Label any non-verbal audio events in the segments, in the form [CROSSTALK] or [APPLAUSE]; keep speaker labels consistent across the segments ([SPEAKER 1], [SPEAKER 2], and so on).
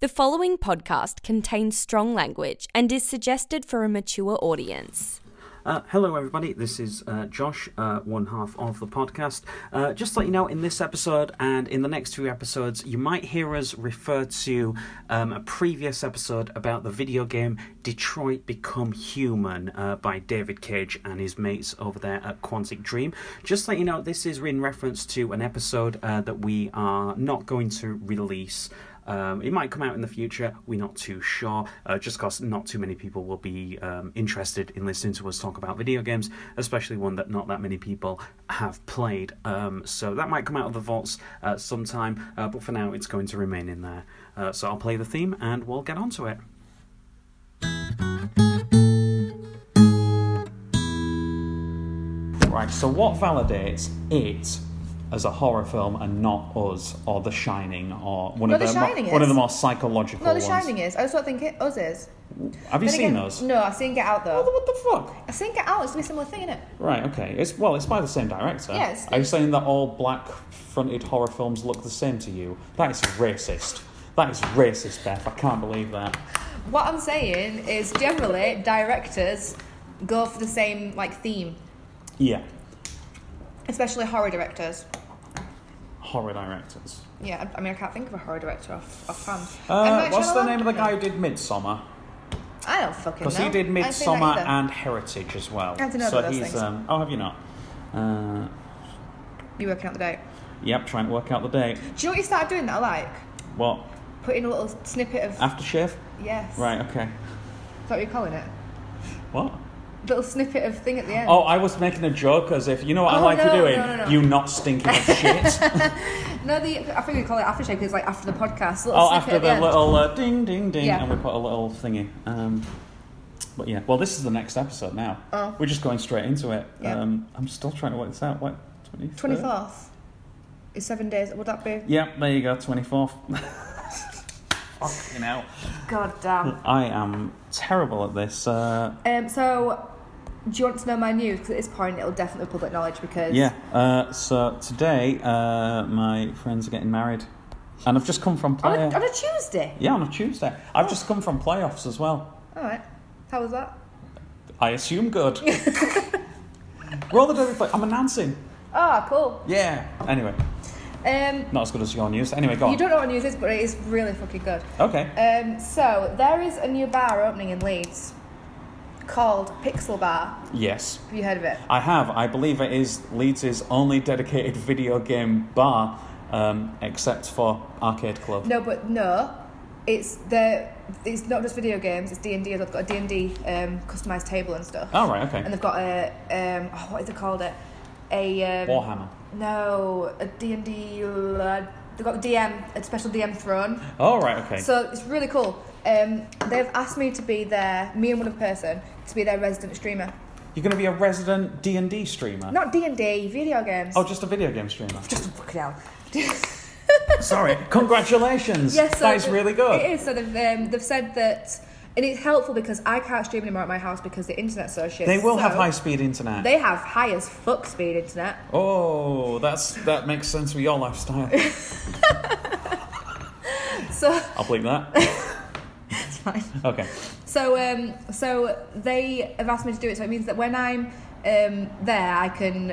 [SPEAKER 1] The following podcast contains strong language and is suggested for a mature audience.
[SPEAKER 2] Uh, hello, everybody. This is uh, Josh, uh, one half of the podcast. Uh, just to let you know, in this episode and in the next few episodes, you might hear us refer to um, a previous episode about the video game Detroit Become Human uh, by David Cage and his mates over there at Quantic Dream. Just to let you know, this is in reference to an episode uh, that we are not going to release. Um, it might come out in the future. We're not too sure, uh, just because not too many people will be um, interested in listening to us talk about video games, especially one that not that many people have played. Um, so that might come out of the vaults uh, sometime, uh, but for now it's going to remain in there. Uh, so I'll play the theme and we'll get on to it. Right, so what validates it as a horror film and not us or The Shining or one
[SPEAKER 3] Well,
[SPEAKER 2] of
[SPEAKER 3] The
[SPEAKER 2] the, mo-
[SPEAKER 3] Shining
[SPEAKER 2] one of
[SPEAKER 3] is.
[SPEAKER 2] the more psychological
[SPEAKER 3] No,
[SPEAKER 2] ones?
[SPEAKER 3] The Shining is. I was not thinking Us is.
[SPEAKER 2] Have you
[SPEAKER 3] Then
[SPEAKER 2] seen
[SPEAKER 3] again-
[SPEAKER 2] us?
[SPEAKER 3] No, I've seen Get Out
[SPEAKER 2] What the,
[SPEAKER 3] though.
[SPEAKER 2] what the fuck?
[SPEAKER 3] I've seen Get Out. It's gonna be a similar thing, innit?
[SPEAKER 2] Right, okay. It's well, it's by the same director.
[SPEAKER 3] Yes.
[SPEAKER 2] Are you saying that all black-fronted horror films look the same to you? That is racist. That is racist, Beth. I can't believe that.
[SPEAKER 3] What I'm saying is generally directors go for the same like theme,
[SPEAKER 2] Yeah,
[SPEAKER 3] especially horror directors.
[SPEAKER 2] horror directors.
[SPEAKER 3] Yeah, I, I mean I can't think of a horror director off offhand. M.
[SPEAKER 2] Uh,
[SPEAKER 3] Night
[SPEAKER 2] what's the
[SPEAKER 3] Shyamalan?
[SPEAKER 2] name of the guy who did Midsummer?
[SPEAKER 3] I don't fucking know.
[SPEAKER 2] Because he did
[SPEAKER 3] I haven't seen that
[SPEAKER 2] Midsummer
[SPEAKER 3] either.
[SPEAKER 2] and Heritage as well.
[SPEAKER 3] I don't know
[SPEAKER 2] so
[SPEAKER 3] about those
[SPEAKER 2] he's.
[SPEAKER 3] things.
[SPEAKER 2] Um, oh, have you not? Uh,
[SPEAKER 3] You working out the date.
[SPEAKER 2] yep, trying to work out the date.
[SPEAKER 3] Do you know what you started doing that I like?
[SPEAKER 2] What?
[SPEAKER 3] Putting a little snippet of
[SPEAKER 2] Aftershave?
[SPEAKER 3] yes.
[SPEAKER 2] Ah, Right, okay.
[SPEAKER 3] Is that what you're calling it?
[SPEAKER 2] What?
[SPEAKER 3] Little snippet of thing at the end.
[SPEAKER 2] Oh, I was making a joke as if, you know what I
[SPEAKER 3] Oh,
[SPEAKER 2] like
[SPEAKER 3] no,
[SPEAKER 2] you doing?
[SPEAKER 3] no, no, no.
[SPEAKER 2] You not stinking of
[SPEAKER 3] [LAUGHS]
[SPEAKER 2] shit.
[SPEAKER 3] No, the I think we call it aftershave because like after the podcast. Little
[SPEAKER 2] Oh,
[SPEAKER 3] snippet
[SPEAKER 2] after
[SPEAKER 3] at the,
[SPEAKER 2] the
[SPEAKER 3] end.
[SPEAKER 2] little uh, ding, ding, ding,
[SPEAKER 3] Yeah.
[SPEAKER 2] and we put a little thingy. Um, but yeah, well, this is the next episode now.
[SPEAKER 3] Oh.
[SPEAKER 2] We're just going straight into it.
[SPEAKER 3] Yeah.
[SPEAKER 2] Um, I'm still trying to work this out. What? 23rd?
[SPEAKER 3] 24th is seven days. Would that be?
[SPEAKER 2] Yep, there you go, 24th. [LAUGHS] Fucking hell.
[SPEAKER 3] God damn.
[SPEAKER 2] I am terrible at this. Uh,
[SPEAKER 3] Um, so, do you want to know my news? Because at this point, it'll definitely be public knowledge because.
[SPEAKER 2] yeah, uh, so today uh, my friends are getting married. And I've just come from
[SPEAKER 3] On a,
[SPEAKER 2] playoffs.
[SPEAKER 3] on a Tuesday.
[SPEAKER 2] Yeah, on a Tuesday. I've just come from playoffs as well.
[SPEAKER 3] All right. How was that?
[SPEAKER 2] I assume
[SPEAKER 3] [LAUGHS]
[SPEAKER 2] good. Roll the Derby play. I'm announcing.
[SPEAKER 3] Oh, cool.
[SPEAKER 2] Yeah. Anyway,
[SPEAKER 3] Um,
[SPEAKER 2] not as good as your news. Anyway, go on.
[SPEAKER 3] you don't know what news is, but it is really fucking good.
[SPEAKER 2] Okay.
[SPEAKER 3] Um, so, there is a new bar opening in Leeds called Pixel Bar.
[SPEAKER 2] yes.
[SPEAKER 3] Have you heard of it?
[SPEAKER 2] I have. I believe it is Leeds' only dedicated [LAUGHS] video game bar, um, except for Arcade Club.
[SPEAKER 3] No, but no. It's the it's not just video games. It's D and D. They've got a D and D um, customized table and stuff.
[SPEAKER 2] Oh, right, okay.
[SPEAKER 3] And they've got a um, oh, what is it called? It a um,
[SPEAKER 2] Warhammer.
[SPEAKER 3] No, a D and D. They've got a DM, a special DM throne.
[SPEAKER 2] Oh, right, okay.
[SPEAKER 3] So it's really cool. Um, they've asked me to be their me and one other person to be their resident streamer.
[SPEAKER 2] You're going to be a resident D&D streamer?
[SPEAKER 3] Not D and D video games.
[SPEAKER 2] Oh, just a video game streamer.
[SPEAKER 3] just fucking hell.
[SPEAKER 2] Sorry. Congratulations.
[SPEAKER 3] [LAUGHS] Yes, so
[SPEAKER 2] that is
[SPEAKER 3] the-
[SPEAKER 2] really good.
[SPEAKER 3] It is. So they've, um, they've said that, and it's helpful because I can't stream anymore at my house because the internet's so shit.
[SPEAKER 2] They will
[SPEAKER 3] so
[SPEAKER 2] have high-speed internet.
[SPEAKER 3] They have high as fuck speed internet.
[SPEAKER 2] Oh, that's that makes sense with your
[SPEAKER 3] [LAUGHS]
[SPEAKER 2] lifestyle.
[SPEAKER 3] So [LAUGHS]
[SPEAKER 2] I'll believe that.
[SPEAKER 3] it's fine.
[SPEAKER 2] Okay.
[SPEAKER 3] So um, so they have asked me to do it. So it means that when I'm um, there, I can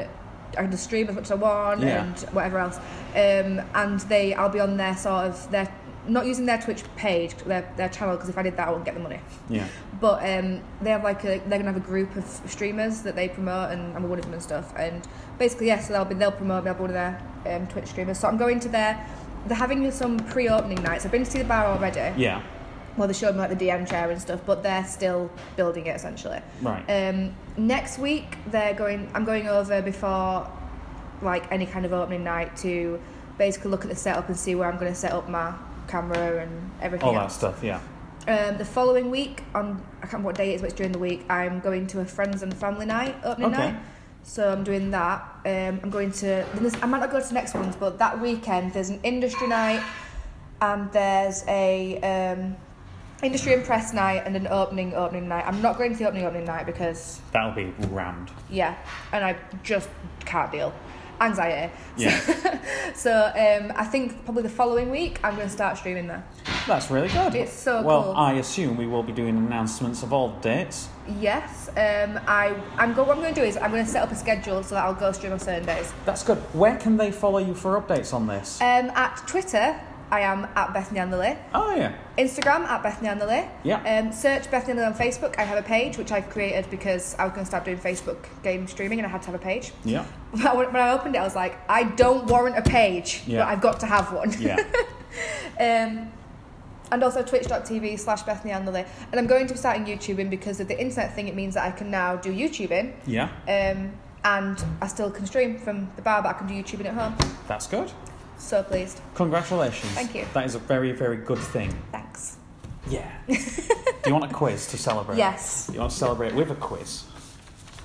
[SPEAKER 3] I can just stream as much as I want
[SPEAKER 2] Yeah.
[SPEAKER 3] and whatever else. Um, and they, I'll be on their sort of their not using their Twitch page, their their channel, because if I did that, I wouldn't get the money.
[SPEAKER 2] Yeah.
[SPEAKER 3] But um, they have like a, they're gonna have a group of streamers that they promote, and I'm one of them and stuff. And basically, yes, so they'll be they'll promote me. I'll be one of their um, Twitch streamers. So I'm going to their they're having some pre-opening nights. I've been to see the bar already.
[SPEAKER 2] Yeah.
[SPEAKER 3] Well, they showed me like the DM chair and stuff, but they're still building it essentially.
[SPEAKER 2] Right.
[SPEAKER 3] Um, next week they're going. I'm going over before like any kind of opening night to basically look at the setup and see where I'm going to set up my camera and everything.
[SPEAKER 2] All
[SPEAKER 3] else.
[SPEAKER 2] that stuff. Yeah.
[SPEAKER 3] Um, the following week, on I can't remember what day it is, but it's during the week. I'm going to a friends and family night opening
[SPEAKER 2] Okay.
[SPEAKER 3] night, so I'm doing that. Um, I'm going to. then there's- I might not go to the next ones, but that weekend there's an industry night, and there's a um, industry and press night, and an opening opening night. I'm not going to the opening opening night because
[SPEAKER 2] That'll be rammed.
[SPEAKER 3] yeah, and I just can't deal. anxiety.
[SPEAKER 2] Yeah.
[SPEAKER 3] [LAUGHS] So um, I think probably the following week I'm going to start streaming there.
[SPEAKER 2] [LAUGHS] That's really good.
[SPEAKER 3] It's so
[SPEAKER 2] well,
[SPEAKER 3] cool.
[SPEAKER 2] I assume we will be doing announcements of all dates.
[SPEAKER 3] Yes, um, I I'm go. What I'm going to do is I'm going to set up a schedule so that I'll go stream on certain days.
[SPEAKER 2] That's good. Where can they follow you for updates on this?
[SPEAKER 3] Um, at Twitter, I am at Bethany Anderley.
[SPEAKER 2] oh yeah.
[SPEAKER 3] Instagram at Bethany Anderley.
[SPEAKER 2] Yeah.
[SPEAKER 3] Um, search Bethany Anderley on Facebook. I have a page which I've created because I was going to start doing Facebook game streaming and I had to have a page. [LAUGHS]
[SPEAKER 2] Yeah.
[SPEAKER 3] When I- when I opened it, I was like, I don't warrant a page,
[SPEAKER 2] Yeah.
[SPEAKER 3] but I've got to have one. [LAUGHS]
[SPEAKER 2] Yeah.
[SPEAKER 3] Um, and also twitch.tv slash Bethany Anderley. And I'm going to be starting YouTubing because of the internet thing, it means that I can now do YouTubing.
[SPEAKER 2] yeah.
[SPEAKER 3] Um, and I still can stream from the bar, but I can do YouTubing at home.
[SPEAKER 2] That's good.
[SPEAKER 3] So pleased.
[SPEAKER 2] Congratulations.
[SPEAKER 3] Thank you.
[SPEAKER 2] That is a very, very good thing.
[SPEAKER 3] Thanks. [LAUGHS]
[SPEAKER 2] Yeah. Do you want a quiz to celebrate?
[SPEAKER 3] Yes.
[SPEAKER 2] You want to celebrate with a quiz.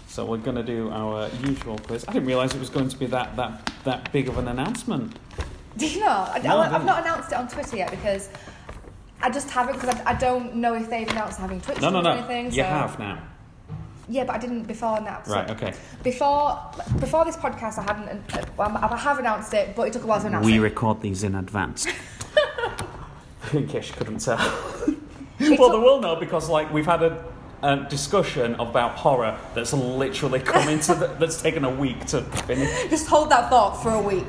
[SPEAKER 2] So we're going to do our usual quiz. I didn't realise it was going to be that that that big of an announcement.
[SPEAKER 3] Do you know? I,
[SPEAKER 2] No, I
[SPEAKER 3] I, have
[SPEAKER 2] didn't.
[SPEAKER 3] not announced it on Twitter yet because I just haven't because I, I don't know if they've announced having Twitch
[SPEAKER 2] No, no,
[SPEAKER 3] or
[SPEAKER 2] no.
[SPEAKER 3] anything.
[SPEAKER 2] you
[SPEAKER 3] so.
[SPEAKER 2] have now.
[SPEAKER 3] Yeah, but I didn't before now. so-
[SPEAKER 2] Right. Okay.
[SPEAKER 3] Before before this podcast, I hadn't. Well, I have announced it, but it took a while to announce
[SPEAKER 4] We
[SPEAKER 3] it.
[SPEAKER 4] record these in
[SPEAKER 3] [LAUGHS]
[SPEAKER 4] advance.
[SPEAKER 2] In case you couldn't tell.
[SPEAKER 3] It
[SPEAKER 2] well,
[SPEAKER 3] took-
[SPEAKER 2] they will know because like we've had a, a discussion about horror that's literally come into the, that's taken a week to finish.
[SPEAKER 3] [LAUGHS] Just hold that thought for a week.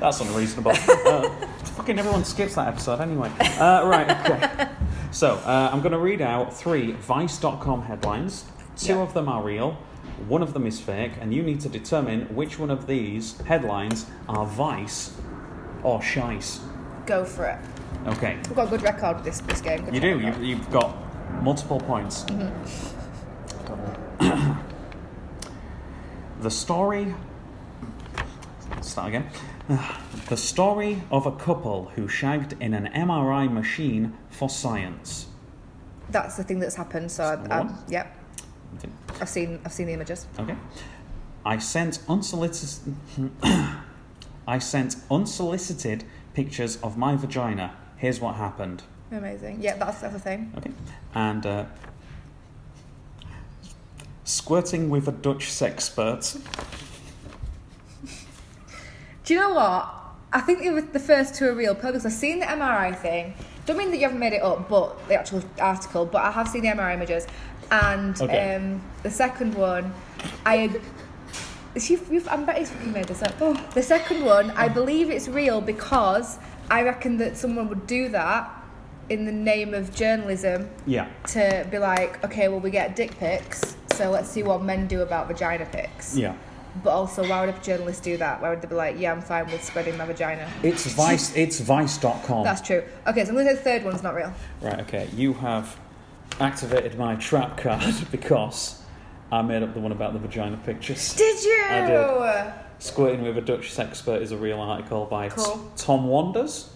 [SPEAKER 2] That's
[SPEAKER 3] [LAUGHS]
[SPEAKER 2] unreasonable. uh, fucking everyone skips that episode anyway. Uh, right. Okay. So uh, I'm going to read out three Vice.com headlines. Two
[SPEAKER 3] Yeah.
[SPEAKER 2] of them are real. One of them is fake, and you need to determine which one of these headlines are Vice or Shice.
[SPEAKER 3] Go for it.
[SPEAKER 2] Okay.
[SPEAKER 3] We've got a good record with this, this game. good
[SPEAKER 2] You do.
[SPEAKER 3] track
[SPEAKER 2] You've,
[SPEAKER 3] record.
[SPEAKER 2] you've got multiple points. [CLEARS THROAT] the story. Start again. The story of a couple who shagged in an MRI machine for science.
[SPEAKER 3] That's the thing that's happened. So,
[SPEAKER 2] Number
[SPEAKER 3] I,
[SPEAKER 2] one.
[SPEAKER 3] I, yep,
[SPEAKER 2] Okay.
[SPEAKER 3] I've seen I've seen the images.
[SPEAKER 2] Okay. I sent unsolicited. [COUGHS] I sent unsolicited pictures of my vagina. Here's what happened.
[SPEAKER 3] Amazing. Yeah, that's, that's the thing.
[SPEAKER 2] Okay. And uh, squirting with a Dutch sexpert.
[SPEAKER 3] Do you know what? I think it was the first two are real probably because I've seen the MRI thing. Don't mean that you haven't made it up, but the actual article. But I have seen the MRI images, and
[SPEAKER 2] Okay.
[SPEAKER 3] um, the second one, I. Is you, you, I'm bet you made this up. Oh, The second one, I believe it's real because I reckon that someone would do that in the name of journalism
[SPEAKER 2] Yeah.
[SPEAKER 3] to be like, okay, well we get dick pics, so let's see what men do about vagina pics.
[SPEAKER 2] Yeah.
[SPEAKER 3] But also, why would a journalist do that? Why would they be like, yeah, I'm fine with spreading my vagina?
[SPEAKER 2] It's [LAUGHS] Vice. It's Vice.com.
[SPEAKER 3] That's true. Okay, so I'm going to say the third one's not real.
[SPEAKER 2] Right. Okay. You have activated my trap card [LAUGHS] because I made up the one about the vagina pictures.
[SPEAKER 3] Did you?
[SPEAKER 2] I did. Squirting with a Dutch sexpert is a real article by
[SPEAKER 3] Cool.
[SPEAKER 2] T- Tom Wanders,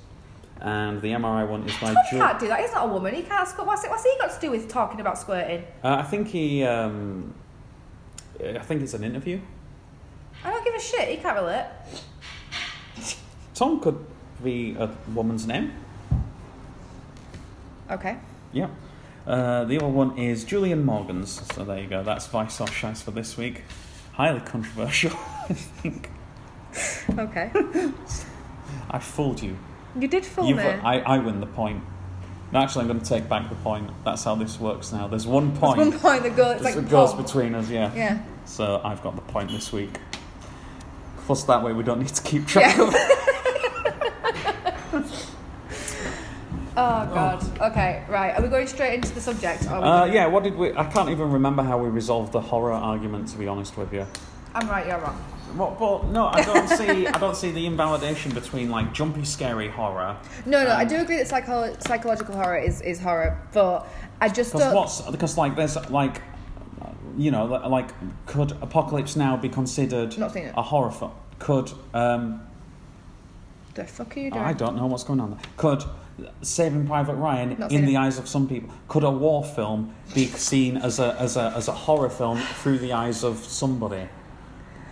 [SPEAKER 2] and the MRI one is by.
[SPEAKER 3] He
[SPEAKER 2] Ju-
[SPEAKER 3] can't do that. He's not a woman. He can't squirt. What's, it, what's he got to do with talking about squirting?
[SPEAKER 2] uh, I think he. Um, I think it's an interview.
[SPEAKER 3] I don't give a shit. He can't relate.
[SPEAKER 2] Tom could be a woman's name.
[SPEAKER 3] Okay.
[SPEAKER 2] Yeah. Uh, the other one is Julian Morgan's. So there you go. That's Vice or Shice for this week. Highly controversial, [LAUGHS] I think.
[SPEAKER 3] Okay. [LAUGHS]
[SPEAKER 2] I fooled you.
[SPEAKER 3] you did fool
[SPEAKER 2] You've, uh,
[SPEAKER 3] me.
[SPEAKER 2] I, I win the point. No, actually, I'm going to take back the point. That's how this works now. There's one
[SPEAKER 3] There's
[SPEAKER 2] point. [LAUGHS]
[SPEAKER 3] one point that goes, it's
[SPEAKER 2] There's-
[SPEAKER 3] like
[SPEAKER 2] it goes
[SPEAKER 3] pong.
[SPEAKER 2] between us, yeah. [LAUGHS]
[SPEAKER 3] Yeah.
[SPEAKER 2] So I've got the point this week. Plus, that way we don't need to keep track of it.
[SPEAKER 3] [LAUGHS] Oh, God. Okay, right. Are we going straight into the subject? Or are we
[SPEAKER 2] Uh, yeah, what did we. I can't even remember how we resolved the horror argument, to be honest with you.
[SPEAKER 3] I'm right, you're wrong.
[SPEAKER 2] Well, well, no, I don't see. I don't see the invalidation between like jumpy, scary horror.
[SPEAKER 3] No,
[SPEAKER 2] Um,
[SPEAKER 3] no, I do agree that psycho- psychological horror is, is horror, but I just
[SPEAKER 2] Because
[SPEAKER 3] don't.
[SPEAKER 2] what's because like there's like, you know, li- like could Apocalypse Now be considered
[SPEAKER 3] Not seen it.
[SPEAKER 2] a horror film? Could um,
[SPEAKER 3] The fuck are you doing?
[SPEAKER 2] I don't know what's going on. There. Could Saving Private Ryan,
[SPEAKER 3] Not seen
[SPEAKER 2] in the
[SPEAKER 3] it.
[SPEAKER 2] eyes of some people, could a war film be seen as a as a as a horror film through the eyes of somebody?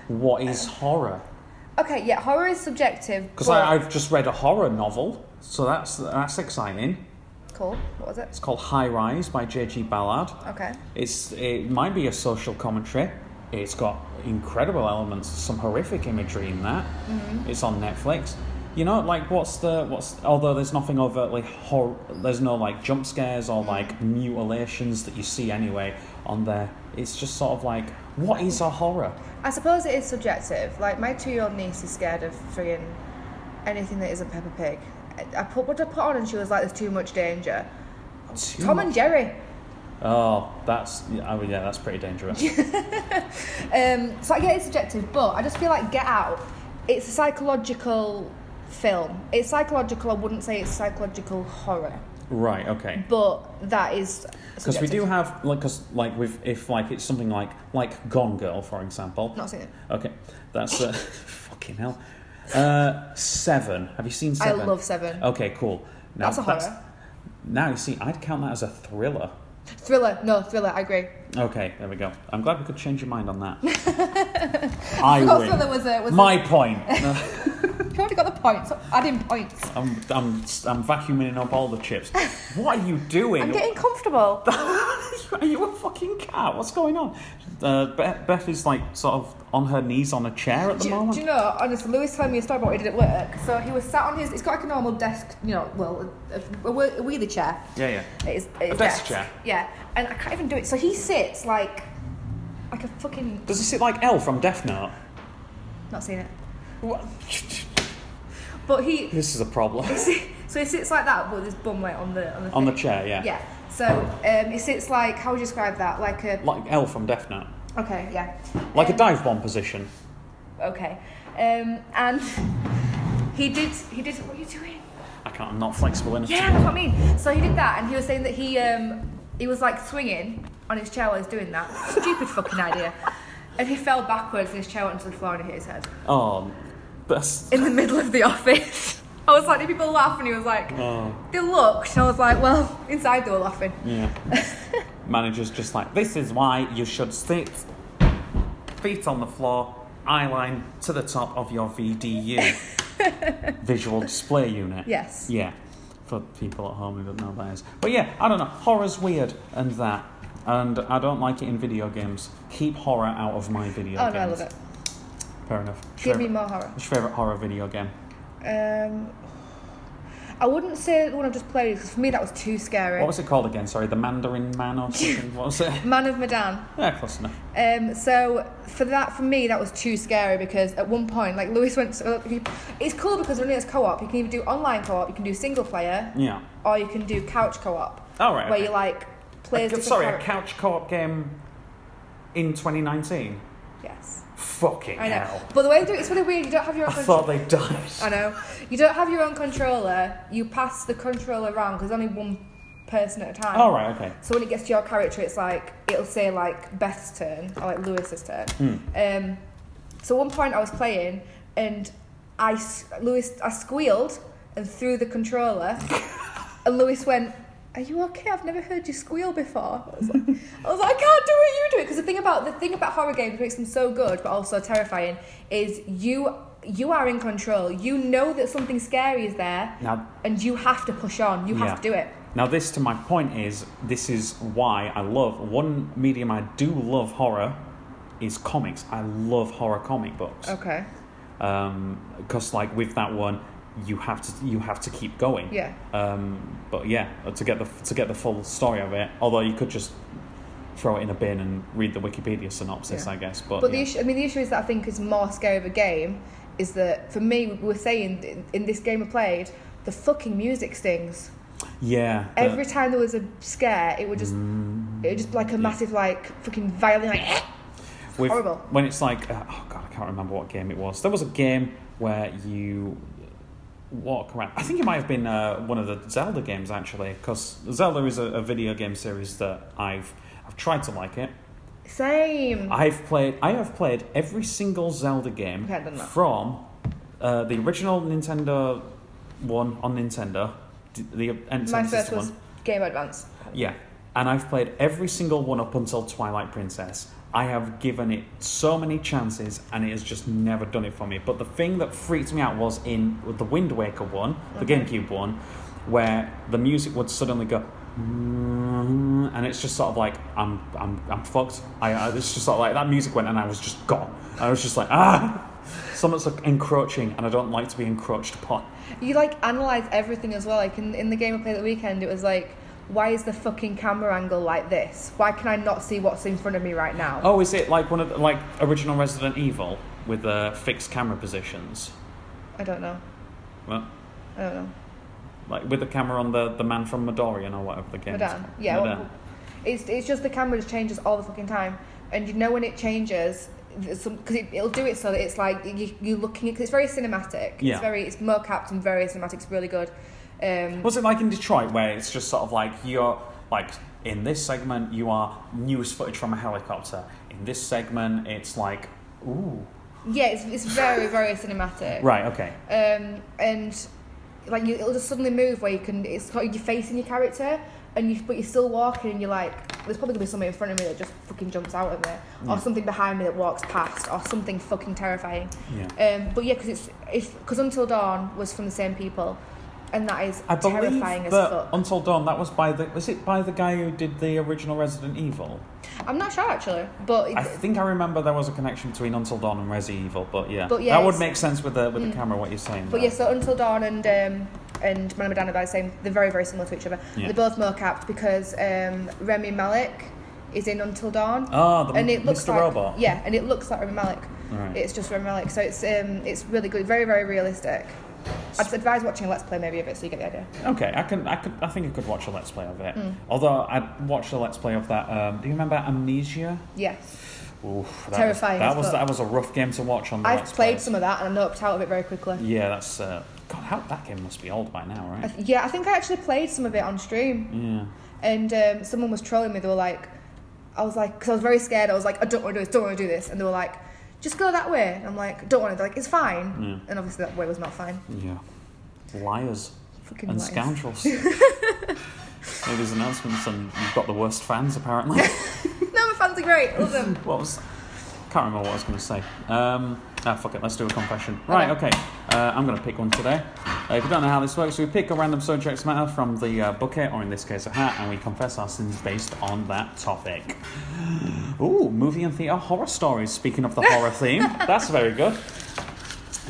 [SPEAKER 2] What is horror?
[SPEAKER 3] Okay, yeah, horror is subjective.
[SPEAKER 2] Because
[SPEAKER 3] but-
[SPEAKER 2] I've just read a horror novel, so that's that's exciting.
[SPEAKER 3] Cool. What was it?
[SPEAKER 2] It's called High Rise by J.G. Ballard.
[SPEAKER 3] Okay.
[SPEAKER 2] It's, it might be a social commentary. It's got incredible elements, some horrific imagery in that.
[SPEAKER 3] Mm-hmm.
[SPEAKER 2] It's on Netflix. You know, like what's the what's? Although there's nothing overtly hor, there's no like jump scares
[SPEAKER 3] Mm-hmm.
[SPEAKER 2] or like mutilations that you see anyway on there. It's just sort of like what is a horror?
[SPEAKER 3] I suppose it is subjective. Like my two-year-old niece is scared of friggin' anything that isn't Peppa Pig. I I put what I put on, and she was like, "There's too much danger."
[SPEAKER 2] Too
[SPEAKER 3] Tom
[SPEAKER 2] much-
[SPEAKER 3] and Jerry.
[SPEAKER 2] Oh, that's yeah, I mean, yeah, that's pretty dangerous.
[SPEAKER 3] [LAUGHS] Um, so I get it's subjective, but I just feel like Get Out. It's a psychological film. It's psychological. I wouldn't say it's psychological horror,
[SPEAKER 2] right. Okay.
[SPEAKER 3] but that is
[SPEAKER 2] Because we
[SPEAKER 3] subjective.
[SPEAKER 2] do have like, cause, like with if like it's something like like Gone Girl, for example.
[SPEAKER 3] Not seen it.
[SPEAKER 2] Okay, that's uh, [LAUGHS] fucking hell. Uh, Seven. Have you seen
[SPEAKER 3] I
[SPEAKER 2] Seven?
[SPEAKER 3] love Seven.
[SPEAKER 2] Okay, cool. Now,
[SPEAKER 3] That's a horror.
[SPEAKER 2] Now you see, I'd count that as a thriller.
[SPEAKER 3] Thriller. No, thriller. I agree.
[SPEAKER 2] Okay, there we go. I'm glad we could change your mind on
[SPEAKER 3] [LAUGHS]
[SPEAKER 2] that. I
[SPEAKER 3] forgot
[SPEAKER 2] win.
[SPEAKER 3] thriller was a- was a-
[SPEAKER 2] My
[SPEAKER 3] [LAUGHS]
[SPEAKER 2] point. No,
[SPEAKER 3] You already got the points. Stop Adding points.
[SPEAKER 2] I'm, I'm, I'm vacuuming up all the chips. What are you doing?
[SPEAKER 3] I'm getting comfortable.
[SPEAKER 2] [LAUGHS] Are you a fucking cat? What's going on? Uh, Beth, Beth is like sort of on her knees on a chair at the
[SPEAKER 3] Do,
[SPEAKER 2] moment.
[SPEAKER 3] do you know, honestly, Lewis told me a story about what he did at work. So he was sat on his, he's got like a normal desk, you know, well, a, a, whe- a wheelie chair.
[SPEAKER 2] Yeah, yeah.
[SPEAKER 3] It is, it is
[SPEAKER 2] desk chair.
[SPEAKER 3] Yeah, and I can't even do it. So he sits like, like a fucking,
[SPEAKER 2] Does he sit like Elle from Death Note?
[SPEAKER 3] not seen it.
[SPEAKER 2] What?
[SPEAKER 3] But
[SPEAKER 2] [LAUGHS]
[SPEAKER 3] he, [LAUGHS]
[SPEAKER 2] this is a problem. [LAUGHS]
[SPEAKER 3] so he sits like that, but with his bum like on the, on the,
[SPEAKER 2] on the
[SPEAKER 3] thing.
[SPEAKER 2] chair, yeah.
[SPEAKER 3] Yeah. So um, he sits like, how would you describe that? Like a,
[SPEAKER 2] Like Elle from Death Note.
[SPEAKER 3] okay, yeah.
[SPEAKER 2] Like a
[SPEAKER 3] Um,
[SPEAKER 2] dive bomb position.
[SPEAKER 3] Okay. Um, and [LAUGHS] he did, he did, what are you doing?
[SPEAKER 2] I can't, I'm not flexible enough. to-
[SPEAKER 3] Yeah, that's what I mean. So he did that, and he was saying that he um, he was like swinging on his chair while he was doing that. Stupid fucking idea. And he fell backwards, and his chair went onto the floor and it hit his head
[SPEAKER 2] Oh, that's.
[SPEAKER 3] in the middle of the [LAUGHS] office. I was like, did people laugh? And he was like,
[SPEAKER 2] Oh,
[SPEAKER 3] they looked, and I was like, well, inside they were laughing. [LAUGHS]
[SPEAKER 2] yeah. Manager's just like, this is why you should sit feet on the floor, eyeline to the top of your
[SPEAKER 3] [LAUGHS]
[SPEAKER 2] VDU. Visual display unit.
[SPEAKER 3] Yes.
[SPEAKER 2] Yeah, for people at home who don't know what that is. But yeah, I don't know. Horror's weird and that. And I don't like it in video games. Keep horror out of my video
[SPEAKER 3] Oh
[SPEAKER 2] games.
[SPEAKER 3] no, I love it.
[SPEAKER 2] Fair enough. What's your
[SPEAKER 3] Give me
[SPEAKER 2] favourite-
[SPEAKER 3] more horror.
[SPEAKER 2] What's your favourite horror video game?
[SPEAKER 3] Um, I wouldn't say the one I've just played because for me that was too scary.
[SPEAKER 2] What was it called again? Sorry, The Mandarin Man or something? what
[SPEAKER 3] [LAUGHS]
[SPEAKER 2] was it?
[SPEAKER 3] Man of Medan.
[SPEAKER 2] Yeah, close enough.
[SPEAKER 3] Um, so for that, for me, that was too scary because at one point, like Lewis went. To, it's cool because when it's co-op, you can either do online co-op, you can do single player,
[SPEAKER 2] Yeah.
[SPEAKER 3] or you can do couch co-op,
[SPEAKER 2] All right.
[SPEAKER 3] where
[SPEAKER 2] okay.
[SPEAKER 3] you like
[SPEAKER 2] A-
[SPEAKER 3] plays. different
[SPEAKER 2] sorry, a
[SPEAKER 3] characters.
[SPEAKER 2] couch co-op game in 2019.
[SPEAKER 3] Yes,
[SPEAKER 2] Fucking
[SPEAKER 3] I know.
[SPEAKER 2] hell!
[SPEAKER 3] But the way they do it, it's really weird. You don't have your own.
[SPEAKER 2] I
[SPEAKER 3] contro-
[SPEAKER 2] thought they died.
[SPEAKER 3] I know. You don't have your own controller. You pass the controller around because only one person at a time.
[SPEAKER 2] All right. Okay.
[SPEAKER 3] So when it gets to your character, it's like it'll say like Beth's turn or like Lewis's turn. Um, so one point I was playing and I s- Lewis I squealed and threw the controller, and Lewis went. Are you okay? I've never heard you squeal before. I was like, I, was like, "I can't do it. You do it. Because the thing about the thing about horror games that makes them so good, but also terrifying, is you you are in control. You know that something scary is there,
[SPEAKER 2] Now
[SPEAKER 3] and you have to push on. You have
[SPEAKER 2] Yeah.
[SPEAKER 3] to do it.
[SPEAKER 2] Now, this to my point is this is why I love one medium I do love horror is comics. I love horror comic books
[SPEAKER 3] Okay.
[SPEAKER 2] because Um, like with that one you have to you have to keep going.
[SPEAKER 3] Yeah.
[SPEAKER 2] Um, but yeah, to get the to get the full story of it, although you could just throw it in a bin and read the Wikipedia synopsis,
[SPEAKER 3] Yeah.
[SPEAKER 2] I guess. But,
[SPEAKER 3] But the
[SPEAKER 2] yeah.
[SPEAKER 3] issue, I mean, the issue is that I think is more scary of a game is that for me, we were saying in, in this game we played, the fucking music stings.
[SPEAKER 2] yeah, the-
[SPEAKER 3] Every time there was a scare, it would just, it would just like
[SPEAKER 2] Mm.
[SPEAKER 3] a massive like fucking violin like.
[SPEAKER 2] with,
[SPEAKER 3] horrible.
[SPEAKER 2] When it's like, uh, oh god, I can't remember what game it was. There was a game where you walk around. I think it might have been uh, one of the Zelda games actually, because Zelda is a, a video game series that I've I've tried to like it.
[SPEAKER 3] Same.
[SPEAKER 2] I've played. I have played every single Zelda game
[SPEAKER 3] Mm-hmm. Okay, I don't know.
[SPEAKER 2] from uh, the original Nintendo one on Nintendo, d- the N
[SPEAKER 3] My
[SPEAKER 2] Genesis
[SPEAKER 3] first
[SPEAKER 2] one.
[SPEAKER 3] was Game Boy Advance.
[SPEAKER 2] Yeah, and I've played every single one up until Twilight Princess. I have given it so many chances, and it has just never done it for me. But the thing that freaked me out was in the Wind Waker one, the
[SPEAKER 3] Okay.
[SPEAKER 2] GameCube one, where the music would suddenly go. "Mm," and it's just sort of like I'm I'm I'm fucked. I, I it's just sort of like that music went and I was just gone. I was just like ah, someone's like encroaching and I don't like to be encroached upon.
[SPEAKER 3] You like analyze everything as well. Like in, in the game I played at the weekend, it was like, why is the fucking camera angle like this? Why can I not see what's in front of me right now?
[SPEAKER 2] Oh, is it like one of the, like original Resident Evil with uh, fixed camera positions?
[SPEAKER 3] I don't know.
[SPEAKER 2] Well,
[SPEAKER 3] I don't know.
[SPEAKER 2] like with the camera on the the man from Midoriyan or whatever the game. is
[SPEAKER 3] Madame.
[SPEAKER 2] called.
[SPEAKER 3] Yeah.
[SPEAKER 2] Madame.
[SPEAKER 3] well, It's it's just the camera just changes all the fucking time, and you know when it changes, because it, it'll do it so that it's like you, you're looking. Cause it's very cinematic.
[SPEAKER 2] Yeah.
[SPEAKER 3] It's very it's mocapped and very cinematic. It's really good. Um,
[SPEAKER 2] What's it like in Detroit where it's just sort of like you're like in this segment you are news footage from a helicopter. In this segment it's like ooh
[SPEAKER 3] yeah, it's it's very very cinematic.
[SPEAKER 2] right okay
[SPEAKER 3] um, and like you, it'll just suddenly move where you can it's got your face in your character and you but you're still walking and you're like there's probably gonna be something in front of me that just fucking jumps out at me or something behind me that walks past or something fucking terrifying
[SPEAKER 2] Yeah.
[SPEAKER 3] um, but yeah because it's if because until dawn was from the same people and that is
[SPEAKER 2] I believe
[SPEAKER 3] terrifying as
[SPEAKER 2] that
[SPEAKER 3] fuck
[SPEAKER 2] Until Dawn that was by the was it by the guy who did the original Resident Evil?
[SPEAKER 3] i'm not sure actually but
[SPEAKER 2] I think I remember there was a connection between Until Dawn and Resi Evil, but yeah,
[SPEAKER 3] But yeah,
[SPEAKER 2] that would
[SPEAKER 3] it's-
[SPEAKER 2] make sense with the with the camera what you're saying.
[SPEAKER 3] But
[SPEAKER 2] there.
[SPEAKER 3] yeah, so Until Dawn and um, and Man of Medan are the same. They're very very similar to each other.
[SPEAKER 2] Yeah.
[SPEAKER 3] They're both mocapped because um, Remy Malik is in Until Dawn.
[SPEAKER 2] Ah, the
[SPEAKER 3] and it looks
[SPEAKER 2] Mr.
[SPEAKER 3] like
[SPEAKER 2] Robot.
[SPEAKER 3] yeah, and it looks like Remy Malik.
[SPEAKER 2] Right.
[SPEAKER 3] It's just Remy Malik, so it's um, it's really good, very very realistic. I'd advise watching a Let's Play maybe of it so you get the idea.
[SPEAKER 2] Okay, I can, I could, I think I could watch a let's play of it.
[SPEAKER 3] Hmm.
[SPEAKER 2] Although I watched a let's play of that. Um, do you remember Amnesia?
[SPEAKER 3] Yes,
[SPEAKER 2] Oof, that
[SPEAKER 3] Terrifying
[SPEAKER 2] Was,
[SPEAKER 3] as
[SPEAKER 2] that was
[SPEAKER 3] fuck.
[SPEAKER 2] that was a rough game to watch on. The
[SPEAKER 3] I've
[SPEAKER 2] let's
[SPEAKER 3] played
[SPEAKER 2] Plays.
[SPEAKER 3] some of that and I knocked out of it very quickly.
[SPEAKER 2] Yeah, that's uh, God. How that game must be old by now,
[SPEAKER 3] I
[SPEAKER 2] right?
[SPEAKER 3] th- yeah, I think I actually played some of it on stream.
[SPEAKER 2] yeah.
[SPEAKER 3] and um, someone was trolling me. They were like, I was like, because I was very scared. I was like, I don't want to do this, don't want to do this. And they were like, just go that way. And I'm like, don't want to. They're like, it's fine. And obviously that way was not fine.
[SPEAKER 2] Yeah. Liars
[SPEAKER 3] Fucking
[SPEAKER 2] and
[SPEAKER 3] liars.
[SPEAKER 2] scoundrels. Made these announcements, and you've got the worst fans apparently.
[SPEAKER 3] [LAUGHS] No, my fans are great. Love them.
[SPEAKER 2] what was? Can't remember what I was going to say. Um, ah, fuck it. Let's do a confession. Right. Okay.
[SPEAKER 3] Okay.
[SPEAKER 2] Uh, I'm going to pick one today. Uh, if you don't know how this works, we pick a random subject matter from the uh, bucket, or in this case, a hat, and we confess our sins based on that topic. Ooh, movie and theatre horror stories. Speaking of the horror theme, that's very good.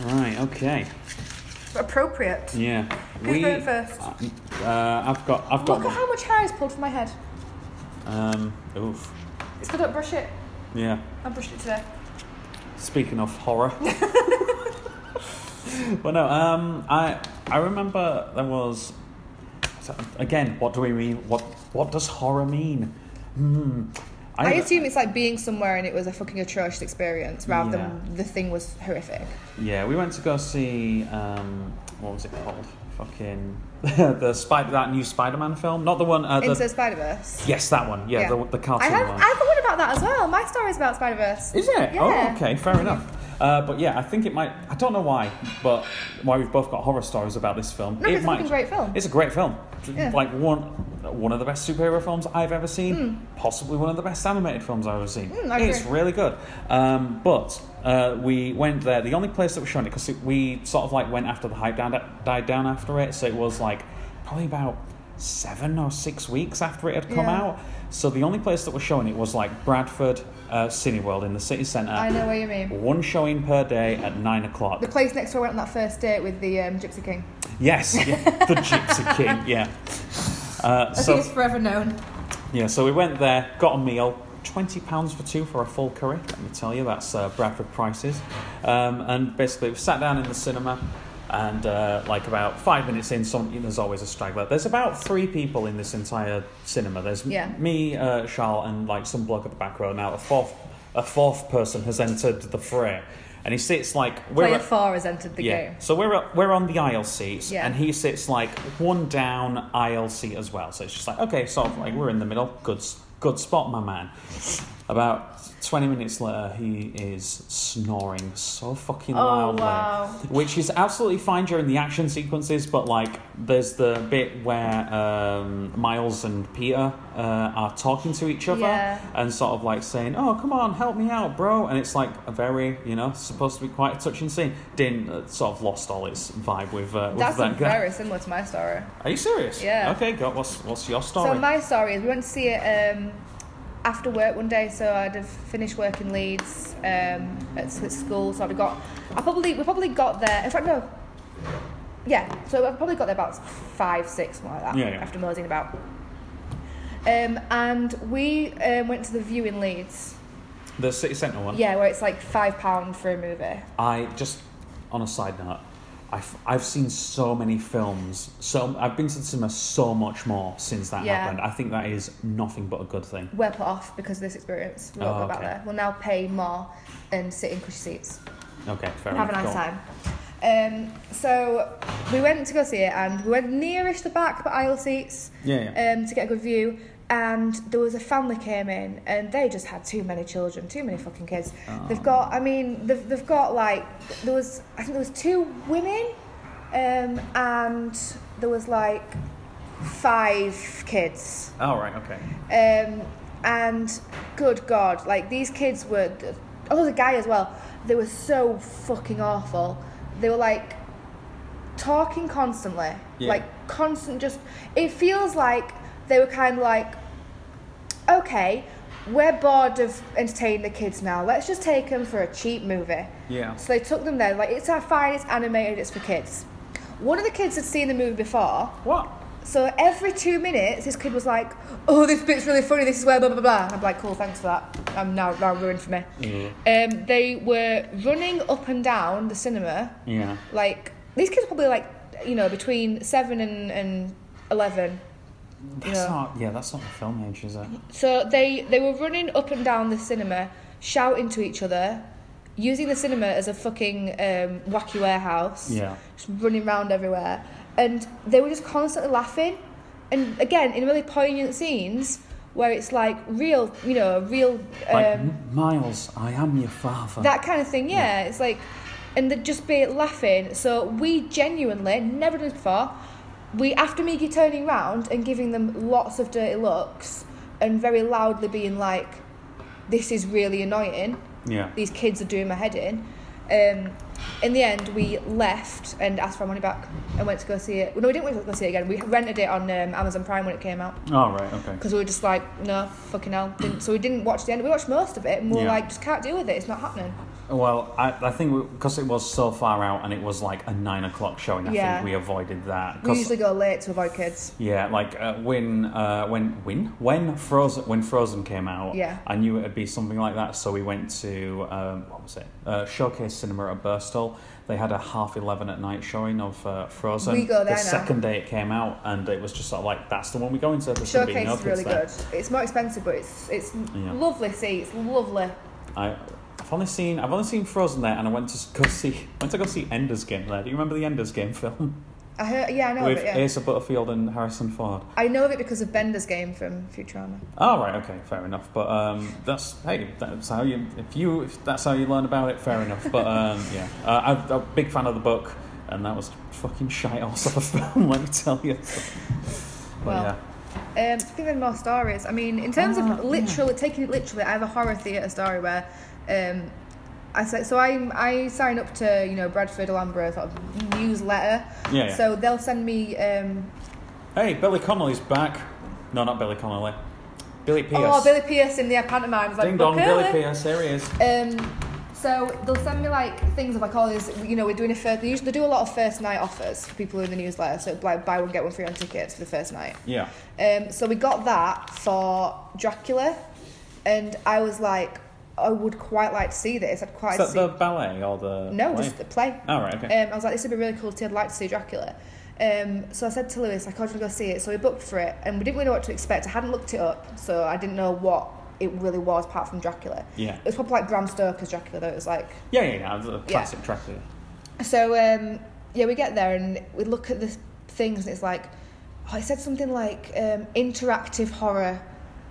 [SPEAKER 2] Right. Okay.
[SPEAKER 3] Appropriate.
[SPEAKER 2] Yeah.
[SPEAKER 3] Who's going first?
[SPEAKER 2] Uh, uh, I've got. I've
[SPEAKER 3] Look
[SPEAKER 2] got.
[SPEAKER 3] at how much hair is pulled from my head.
[SPEAKER 2] Um. Oof.
[SPEAKER 3] It's because I don't brush it.
[SPEAKER 2] Yeah.
[SPEAKER 3] I brushed it today.
[SPEAKER 2] Speaking of horror. [LAUGHS] well, no, um, I I remember there was so, again. What do we mean? What what does horror mean? Hmm.
[SPEAKER 3] I assume it's like being somewhere and it was a fucking atrocious experience rather
[SPEAKER 2] Yeah.
[SPEAKER 3] than the thing was horrific.
[SPEAKER 2] Yeah, we went to go see um, what was it called? Fucking [LAUGHS] the spider that new Spider-Man film, not the one. Uh, the,
[SPEAKER 3] Into Spider Verse.
[SPEAKER 2] yes, that one. Yeah, The, the cartoon
[SPEAKER 3] I have,
[SPEAKER 2] one.
[SPEAKER 3] I have one about that as well. My story is about Spider Verse.
[SPEAKER 2] Is it?
[SPEAKER 3] Yeah.
[SPEAKER 2] Oh, okay, fair enough. Uh, but yeah, I think it might. I don't know why, but why we've both got horror stories about this film.
[SPEAKER 3] No,
[SPEAKER 2] it
[SPEAKER 3] it's a
[SPEAKER 2] might,
[SPEAKER 3] fucking great film.
[SPEAKER 2] It's a great film.
[SPEAKER 3] Yeah.
[SPEAKER 2] Like one, one of the best superhero films I've ever seen. Possibly one of the best animated films I've ever seen.
[SPEAKER 3] Mm, Hmm. I
[SPEAKER 2] it's
[SPEAKER 3] agree.
[SPEAKER 2] really good. Um, but uh, we went there. The only place that was showing it because we sort of like went after the hype down, died down after it. So it was like probably about seven or six weeks after it had come
[SPEAKER 3] Yeah.
[SPEAKER 2] out. So the only place that was showing it was like Bradford uh, Cineworld in the city centre.
[SPEAKER 3] I know what you mean.
[SPEAKER 2] One showing per day at nine o'clock.
[SPEAKER 3] The place next door I went on that first date with the um, Gypsy King.
[SPEAKER 2] yes, yeah, the Gypsy King. Yeah.
[SPEAKER 3] [LAUGHS]
[SPEAKER 2] Uh,
[SPEAKER 3] I
[SPEAKER 2] so
[SPEAKER 3] think it's forever known.
[SPEAKER 2] yeah, so we went there, got a meal. Twenty pounds for two for a full curry. Let me tell you, that's uh, Bradford prices. Um, and basically, we sat down in the cinema, and uh, like about five minutes in, some, there's always a straggler. There's about three people in this entire cinema. There's m-
[SPEAKER 3] Yeah.
[SPEAKER 2] me, uh, Charles, and like some bloke at the back row. Now a fourth, a fourth person has entered the fray, and he sits like
[SPEAKER 3] Player
[SPEAKER 2] at-
[SPEAKER 3] four has entered the
[SPEAKER 2] yeah.
[SPEAKER 3] game.
[SPEAKER 2] So we're we're on the aisle seats,
[SPEAKER 3] Yeah.
[SPEAKER 2] and he sits like one down aisle seat as well. So it's just like okay, sort of like we're in the middle. Good s- good spot, my man. About 20 minutes later, he is snoring so fucking
[SPEAKER 3] Oh,
[SPEAKER 2] loudly.
[SPEAKER 3] wow.
[SPEAKER 2] Which is absolutely fine during the action sequences, but like there's the bit where um, Miles and Peter uh, are talking to each other
[SPEAKER 3] Yeah.
[SPEAKER 2] and sort of like saying, "Oh, come on, help me out, bro," and it's like a very, you know, supposed to be quite a touching scene. Didn't uh, sort of lost all its vibe with, uh, with
[SPEAKER 3] That's
[SPEAKER 2] that guy.
[SPEAKER 3] very similar to my story.
[SPEAKER 2] Are you serious?
[SPEAKER 3] Yeah.
[SPEAKER 2] Okay, go. What's what's your story?
[SPEAKER 3] So my story is we went to see it um, after work one day. So I'd have finished work in Leeds um, at, s- at school. So I'd have got. I probably we probably got there. In fact, no. Yeah. So I probably got there about five, six, something like that.
[SPEAKER 2] Yeah, yeah.
[SPEAKER 3] After moseying about. Um, and we um, went to the view in Leeds.
[SPEAKER 2] the city centre one.
[SPEAKER 3] Yeah, where it's like five pound for a movie.
[SPEAKER 2] I just on a side note, I've I've seen so many films. So I've been to the cinema so much more since that
[SPEAKER 3] Yeah.
[SPEAKER 2] happened. I think that is nothing but a good thing.
[SPEAKER 3] We're put off because of this experience. We won't
[SPEAKER 2] Oh,
[SPEAKER 3] go back
[SPEAKER 2] okay.
[SPEAKER 3] there. We'll now pay more and sit in cushy seats.
[SPEAKER 2] Okay, fair
[SPEAKER 3] Have a
[SPEAKER 2] enough.
[SPEAKER 3] nice
[SPEAKER 2] Go on.
[SPEAKER 3] time. Um, so we went to go see it, and we went nearish the back, but aisle seats,
[SPEAKER 2] Yeah, yeah.
[SPEAKER 3] um, to get a good view. And there was a family came in, and they just had too many children, too many fucking kids. They've got, I mean, they've, they've got like there was, I think there was two women, um, and there was like five kids.
[SPEAKER 2] All Oh, right. Okay.
[SPEAKER 3] Um, and good God, like these kids were. Oh, there was a guy as well. They were so fucking awful. They were like talking constantly,
[SPEAKER 2] Yeah.
[SPEAKER 3] like constant. Just it feels like they were kind of like, okay, we're bored of entertaining the kids now. Let's just take them for a cheap movie.
[SPEAKER 2] Yeah.
[SPEAKER 3] So they took them there. Like it's our fine. It's animated. It's for kids. One of the kids had seen the movie before,
[SPEAKER 2] What?
[SPEAKER 3] so every two minutes, this kid was like, "Oh, this bit's really funny. This is where blah blah blah." I'm like, "Cool, thanks for that. I'm now now ruined for me." Um, they were running up and down the cinema.
[SPEAKER 2] Yeah.
[SPEAKER 3] Like these kids are probably like you know between seven and, and eleven.
[SPEAKER 2] That's
[SPEAKER 3] Yeah.
[SPEAKER 2] not. Yeah, that's not the film age, is it?
[SPEAKER 3] So they they were running up and down the cinema, shouting to each other, using the cinema as a fucking um, wacky warehouse.
[SPEAKER 2] Yeah.
[SPEAKER 3] just running around everywhere, and they were just constantly laughing, and again in really poignant scenes where it's like real, you know, real
[SPEAKER 2] Like mm.
[SPEAKER 3] um,
[SPEAKER 2] "M- Miles, I am your father.
[SPEAKER 3] that kind of thing. Yeah, it's like, and they'd just be laughing. So we genuinely never done this before. We after Miggy turning round and giving them lots of dirty looks and very loudly being like, "This is really annoying.
[SPEAKER 2] yeah.
[SPEAKER 3] These kids are doing my head in." Um, in the end, we left and asked for our money back and went to go see it. Well, no, we didn't go see it again. We rented it on um, Amazon Prime when it came out
[SPEAKER 2] All right. Okay.
[SPEAKER 3] because we were just like, no, fucking hell. Didn't, so we didn't watch the end. We watched most of it, and we were
[SPEAKER 2] Yeah.
[SPEAKER 3] like, just can't deal with it. It's not happening.
[SPEAKER 2] Well, I, I think because it was so far out and it was like a nine o'clock showing, I
[SPEAKER 3] Yeah.
[SPEAKER 2] think we avoided that.
[SPEAKER 3] We
[SPEAKER 2] 'Cause-
[SPEAKER 3] usually go late to avoid kids.
[SPEAKER 2] Yeah, like uh, when uh, when when when Frozen when Frozen came out,
[SPEAKER 3] Yeah.
[SPEAKER 2] I knew it'd be something like that. So we went to um, what was it? Uh, Showcase Cinema at Burstall. They had a half eleven at night showing of uh, Frozen.
[SPEAKER 3] We go there
[SPEAKER 2] the
[SPEAKER 3] now.
[SPEAKER 2] second day it came out, and it was just sort of like that's the one we go into. There's gonna be
[SPEAKER 3] Showcase
[SPEAKER 2] no
[SPEAKER 3] is really
[SPEAKER 2] kids there.
[SPEAKER 3] good. It's more expensive, but it's it's
[SPEAKER 2] Yeah.
[SPEAKER 3] lovely seats, lovely.
[SPEAKER 2] I, I've only seen I've only seen Frozen there, and I went to go see [LAUGHS] went to go see Ender's Game there. Do you remember the Ender's Game [LAUGHS] film
[SPEAKER 3] I heard, yeah, I know of
[SPEAKER 2] with
[SPEAKER 3] it. Yeah.
[SPEAKER 2] Asa Butterfield and Harrison Ford?
[SPEAKER 3] I know of it because of Bender's game from Futurama.
[SPEAKER 2] Oh right, okay, fair enough. But um, that's hey, that's how you if you if that's how you learn about it, fair enough. But um, [LAUGHS] yeah, uh, I'm, I'm a big fan of the book, and that was fucking shite [LAUGHS] ass of a film, let me tell you. But
[SPEAKER 3] Well,
[SPEAKER 2] yeah,
[SPEAKER 3] Um, speaking of more stories, I mean, in terms
[SPEAKER 2] Ah,
[SPEAKER 3] of literally taking it literally, I have a horror theatre story where, um, I said so I I sign up to you know Bradford Alhambra sort of newsletter.
[SPEAKER 2] Yeah, yeah.
[SPEAKER 3] So they'll send me um,
[SPEAKER 2] hey, Billy Connolly's back. No, not Billy Connolly. Billy Pierce.
[SPEAKER 3] oh Billy Pierce in the pantomime. It's like
[SPEAKER 2] Ding dong,
[SPEAKER 3] "Buck
[SPEAKER 2] Billy
[SPEAKER 3] Early."
[SPEAKER 2] Pierce. Here he is.
[SPEAKER 3] Um, so they'll send me like things of like all these, you know, we're doing a first. They usually do a lot of first night offers for people in the newsletter. So like buy one get one free on tickets for the first night.
[SPEAKER 2] Yeah.
[SPEAKER 3] Um, so we got that for Dracula, and I was like, I would quite like to see this. I'd quite
[SPEAKER 2] Is
[SPEAKER 3] see.
[SPEAKER 2] that the ballet or the
[SPEAKER 3] no,
[SPEAKER 2] play?
[SPEAKER 3] just the play.
[SPEAKER 2] All right, okay.
[SPEAKER 3] Um, I was like, this would be really cool to see. I'd like to see Dracula. Um, so I said to Lewis, like, I want to go see it. So we booked for it, and we didn't really know what to expect. I hadn't looked it up, so I didn't know what it really was apart from Dracula.
[SPEAKER 2] Yeah.
[SPEAKER 3] It was probably like Bram Stoker's Dracula, though. It was like.
[SPEAKER 2] yeah, yeah, yeah. The classic track there.
[SPEAKER 3] So um, yeah, we get there and we look at the things, and it's like, oh, it said something like um, interactive horror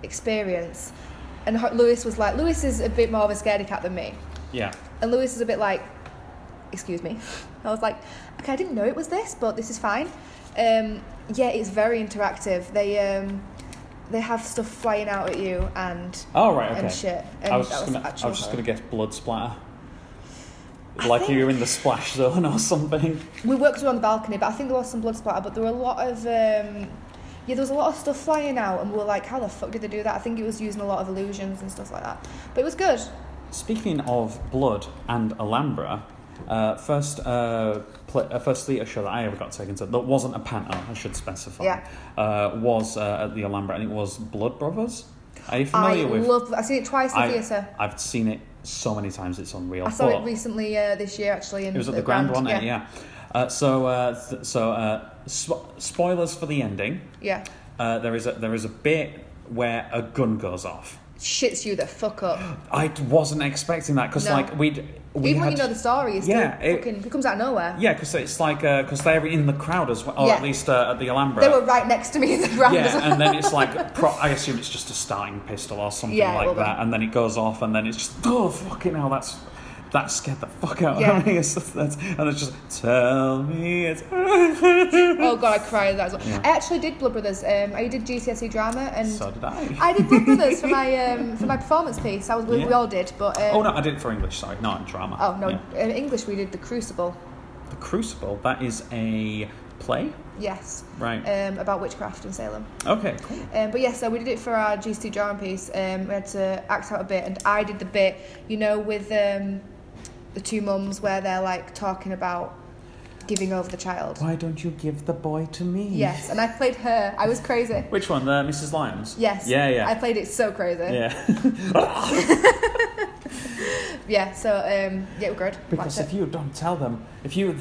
[SPEAKER 3] experience. And Ho- Lewis was like, Lewis is a bit more of a scaredy cat than me.
[SPEAKER 2] Yeah.
[SPEAKER 3] And Lewis is a bit like, excuse me. [LAUGHS] I was like, okay, I didn't know it was this, but this is fine. Um, yeah, it's very interactive. They um, they have stuff flying out at you and
[SPEAKER 2] Oh right, okay.
[SPEAKER 3] and shit. And
[SPEAKER 2] I was
[SPEAKER 3] that
[SPEAKER 2] just gonna, I
[SPEAKER 3] actual
[SPEAKER 2] was just
[SPEAKER 3] horror.
[SPEAKER 2] gonna guess blood splatter.
[SPEAKER 3] I
[SPEAKER 2] Like
[SPEAKER 3] think-
[SPEAKER 2] you're in the splash zone or something.
[SPEAKER 3] We worked around the balcony, but I think there was some blood splatter. But there were a lot of um, yeah, there was a lot of stuff flying out, and we were like, how the fuck did they do that? I think it was using a lot of illusions and stuff like that. But it was good.
[SPEAKER 2] Speaking of blood and Alhambra, uh, first uh, pl- uh, first theatre show that I ever got taken to that wasn't a panto, I should specify,
[SPEAKER 3] Yeah.
[SPEAKER 2] uh, was uh, at the Alhambra, and it was Blood Brothers. Are you
[SPEAKER 3] I
[SPEAKER 2] familiar with?
[SPEAKER 3] love. I've seen it twice in
[SPEAKER 2] I-
[SPEAKER 3] the theatre.
[SPEAKER 2] I've seen it so many times; it's unreal.
[SPEAKER 3] I saw
[SPEAKER 2] But-
[SPEAKER 3] it recently uh, this year actually. In
[SPEAKER 2] It was at the, Grand, one,
[SPEAKER 3] yeah.
[SPEAKER 2] yeah. Uh, so, uh, th- so uh, sw- spoilers for the ending.
[SPEAKER 3] Yeah.
[SPEAKER 2] Uh, there is a there is a bit where a gun goes off.
[SPEAKER 3] shits you the fuck up.
[SPEAKER 2] I d- wasn't expecting that because
[SPEAKER 3] No.
[SPEAKER 2] like we'd [GASPS] we
[SPEAKER 3] Even
[SPEAKER 2] had,
[SPEAKER 3] when you know the story, it's
[SPEAKER 2] Yeah,
[SPEAKER 3] still
[SPEAKER 2] it-
[SPEAKER 3] fucking it comes out of nowhere.
[SPEAKER 2] yeah because it's like uh, because they're in the crowd as well or
[SPEAKER 3] Yeah.
[SPEAKER 2] at least uh, at the Alhambra.
[SPEAKER 3] They were right next to me in the
[SPEAKER 2] [LAUGHS]
[SPEAKER 3] ground.
[SPEAKER 2] yeah, and then it's
[SPEAKER 3] [LAUGHS]
[SPEAKER 2] like pro- I assume it's just a starting pistol or something
[SPEAKER 3] Yeah,
[SPEAKER 2] like
[SPEAKER 3] well
[SPEAKER 2] that,
[SPEAKER 3] done.
[SPEAKER 2] and then it goes off, and then it's just oh fucking hell, that's that scared the fuck out
[SPEAKER 3] Yeah.
[SPEAKER 2] of me. [LAUGHS] It's just- that's- and it's just tell me it's [LAUGHS]
[SPEAKER 3] oh god, I cried at that as well.
[SPEAKER 2] Yeah.
[SPEAKER 3] I actually did Blood Brothers. Um, I did GCSE drama and
[SPEAKER 2] so did I.
[SPEAKER 3] I did Blood Brothers for my um, for my performance piece. I was we,
[SPEAKER 2] Yeah.
[SPEAKER 3] we all did, but um,
[SPEAKER 2] Oh no, I did it for English. Sorry, not in drama.
[SPEAKER 3] oh no,
[SPEAKER 2] Yeah.
[SPEAKER 3] in English we did The Crucible.
[SPEAKER 2] The Crucible. That is a play,
[SPEAKER 3] Yes.
[SPEAKER 2] right?
[SPEAKER 3] Um, about witchcraft in Salem.
[SPEAKER 2] okay, cool.
[SPEAKER 3] Um, but yeah, so we did it for our GC drama piece. Um, we had to act out a bit, and I did the bit, you know, with um, the two mums where they're like talking about giving over the child.
[SPEAKER 2] Why don't you give the boy to me?
[SPEAKER 3] Yes, and I played her. I was crazy.
[SPEAKER 2] Which one? The Mrs. Lyons.
[SPEAKER 3] Yes.
[SPEAKER 2] Yeah, yeah,
[SPEAKER 3] I played it so crazy.
[SPEAKER 2] [LAUGHS] yeah.
[SPEAKER 3] Yeah, so um, yeah, we're good.
[SPEAKER 2] because
[SPEAKER 3] Watch
[SPEAKER 2] if
[SPEAKER 3] it.
[SPEAKER 2] you don't tell them, if you. [LAUGHS]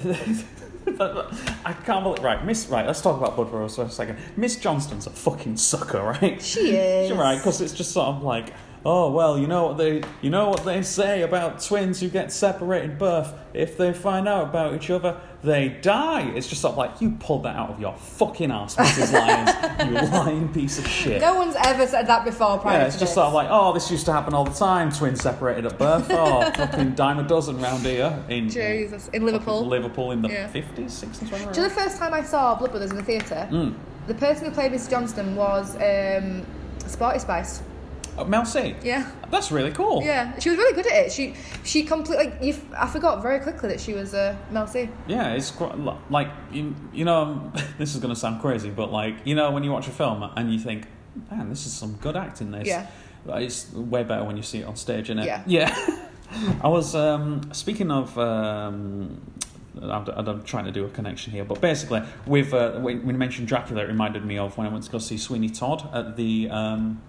[SPEAKER 2] I can't believe. Right, Miss. Right, let's talk about Blood Brothers for a second. Miss Johnston's a fucking sucker, right?
[SPEAKER 3] She is.
[SPEAKER 2] You're right, because [LAUGHS] it's just sort of like, oh well, you know what they, you know what they say about twins who get separated at birth. If they find out about each other, they die. It's just sort of like you pulled that out of your fucking ass, Mrs. Lyons.
[SPEAKER 3] [LAUGHS]
[SPEAKER 2] you lying piece of shit.
[SPEAKER 3] No one's ever said that before prior
[SPEAKER 2] yeah,
[SPEAKER 3] to
[SPEAKER 2] it's just
[SPEAKER 3] this.
[SPEAKER 2] sort of like, oh, this used to happen all the time. Twins separated at birth.
[SPEAKER 3] [LAUGHS]
[SPEAKER 2] Oh, fucking dime a dozen round here in
[SPEAKER 3] Jesus. In
[SPEAKER 2] fucking
[SPEAKER 3] Liverpool.
[SPEAKER 2] Liverpool in the
[SPEAKER 3] Yeah.
[SPEAKER 2] fifties, sixties,
[SPEAKER 3] Do you know
[SPEAKER 2] whatever.
[SPEAKER 3] the first time I saw Blood Brothers in the theatre?
[SPEAKER 2] Hmm.
[SPEAKER 3] The person who played Miss Johnston was um, Sporty Spice.
[SPEAKER 2] Uh, Mel C.
[SPEAKER 3] Yeah.
[SPEAKER 2] That's really cool.
[SPEAKER 3] Yeah, she was really good at it. She she completely. Like, you, f- I forgot very quickly that she was uh, Mel C.
[SPEAKER 2] Yeah, it's quite lo- like you, you know. [LAUGHS] This is gonna sound crazy, but like you know, when you watch a film and you think, "Man, this is some good acting." This,
[SPEAKER 3] Yeah.
[SPEAKER 2] Like, it's way better when you see it on stage, innit?
[SPEAKER 3] Yeah.
[SPEAKER 2] Yeah. [LAUGHS] I was um, speaking of. Um, I'm, I'm trying to do a connection here, but basically, with uh, when when you mentioned Dracula, it reminded me of when I went to go see Sweeney Todd at the um,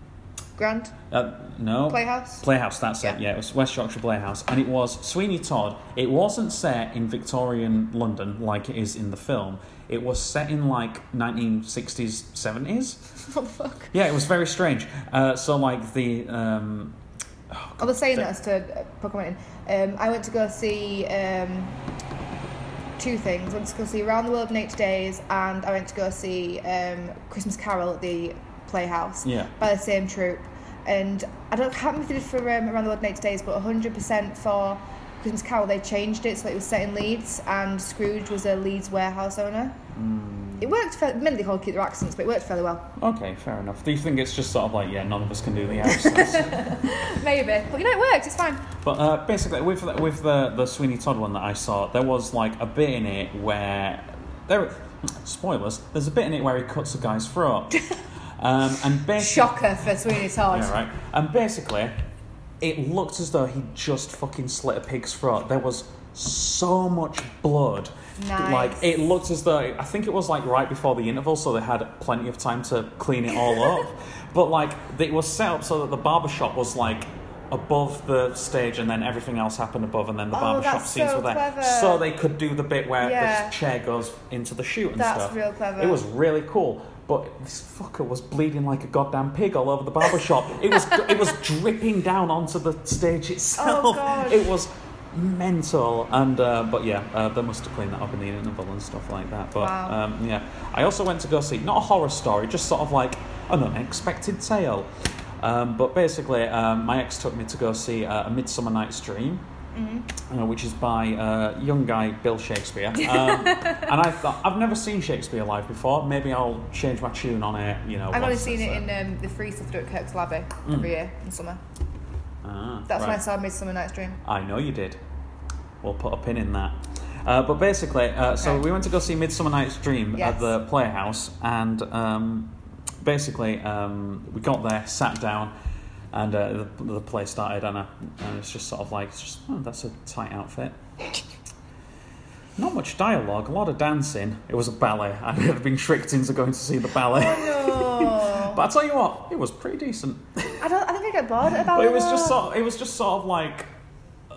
[SPEAKER 3] Grand
[SPEAKER 2] uh, no
[SPEAKER 3] Playhouse.
[SPEAKER 2] Playhouse, that's it.
[SPEAKER 3] Yeah.
[SPEAKER 2] Yeah, it was West Yorkshire Playhouse, and it was Sweeney Todd. It wasn't set in Victorian London like it is in the film. It was set in like 1960s, 70s.
[SPEAKER 3] what the fuck?
[SPEAKER 2] Yeah, it was very strange. Uh, so like the um,
[SPEAKER 3] I was saying that as to uh, Pokemon. Um, I went to go see um, two things. I went to go see Around the World in 80 Days, and I went to go see um, Christmas Carol at the Playhouse
[SPEAKER 2] Yeah.
[SPEAKER 3] by the same troupe. And I don't can't remember if they did for um, Around the World in 80 Days, but 100% for Christmas Carol they changed it so that it was set in Leeds, and Scrooge was a Leeds warehouse owner.
[SPEAKER 2] Hmm.
[SPEAKER 3] It worked fairly. Mainly they called keep their accents, but it worked fairly well.
[SPEAKER 2] okay, fair enough. Do you think it's just sort of like yeah, none of us can do the
[SPEAKER 3] [LAUGHS]
[SPEAKER 2] accents?
[SPEAKER 3] Maybe, but you know it worked. It's fine.
[SPEAKER 2] But uh, basically, with the, with the the Sweeney Todd one that I saw, there was like a bit in it where there spoilers. There's a bit in it where he cuts a guy's
[SPEAKER 3] [LAUGHS]
[SPEAKER 2] throat, um, and basically,
[SPEAKER 3] Shocker for Sweeney Todd.
[SPEAKER 2] yeah, right. And basically, it looked as though he just fucking slit a pig's throat. There was so much blood.
[SPEAKER 3] Nice.
[SPEAKER 2] Like it looked as though I think it was like right before the interval, so they had plenty of time to clean it all
[SPEAKER 3] [LAUGHS]
[SPEAKER 2] up. But like it was set up so that the barber shop was like above the stage, and then everything else happened above, and then the
[SPEAKER 3] Oh,
[SPEAKER 2] barber barbershop
[SPEAKER 3] that's
[SPEAKER 2] scenes
[SPEAKER 3] so
[SPEAKER 2] were there,
[SPEAKER 3] clever.
[SPEAKER 2] so they could do the bit where
[SPEAKER 3] Yeah.
[SPEAKER 2] the chair goes into the chute and
[SPEAKER 3] That's
[SPEAKER 2] stuff.
[SPEAKER 3] real clever.
[SPEAKER 2] It was really cool. But this fucker was bleeding like a goddamn pig all over the barber shop. It was [LAUGHS] it was dripping down onto the stage itself.
[SPEAKER 3] God.
[SPEAKER 2] It was mental. And uh, but yeah, uh, they must have cleaned that up in the interval and stuff like that. But
[SPEAKER 3] Wow.
[SPEAKER 2] um, yeah, I also went to go see not a horror story, just sort of like an unexpected tale. Um, but basically, um, my ex took me to go see uh, A Midsummer Night's Dream. Uh, which is by uh, young guy Bill
[SPEAKER 3] [LAUGHS]
[SPEAKER 2] Shakespeare, um, and I thought I've never seen Shakespeare live before. Maybe I'll change my tune on it. You know,
[SPEAKER 3] I've only
[SPEAKER 2] once
[SPEAKER 3] seen
[SPEAKER 2] it's,
[SPEAKER 3] it in
[SPEAKER 2] uh,
[SPEAKER 3] um, the free stuff they do at Kirk's Abbey every year in summer.
[SPEAKER 2] ah,
[SPEAKER 3] That's
[SPEAKER 2] Mm. right.
[SPEAKER 3] when I saw Midsummer Night's Dream.
[SPEAKER 2] I know you did. We'll put a pin in that. Uh, but basically, uh, so
[SPEAKER 3] Okay.
[SPEAKER 2] we went to go see Midsummer Night's Dream at
[SPEAKER 3] Yes.
[SPEAKER 2] the Playhouse, and um, basically um, we got there, sat down, and uh, the, the play started, and, I, and it's just sort of like, it's just, oh, that's a tight outfit. Not much dialogue, a lot of dancing. It was a ballet. [LAUGHS] I had been tricked into going to see the ballet.
[SPEAKER 3] No,
[SPEAKER 2] [LAUGHS] But I tell you what, it was pretty decent.
[SPEAKER 3] I don't. I think I get bored about
[SPEAKER 2] But
[SPEAKER 3] it.
[SPEAKER 2] it was just sort. Of, it was just sort of like.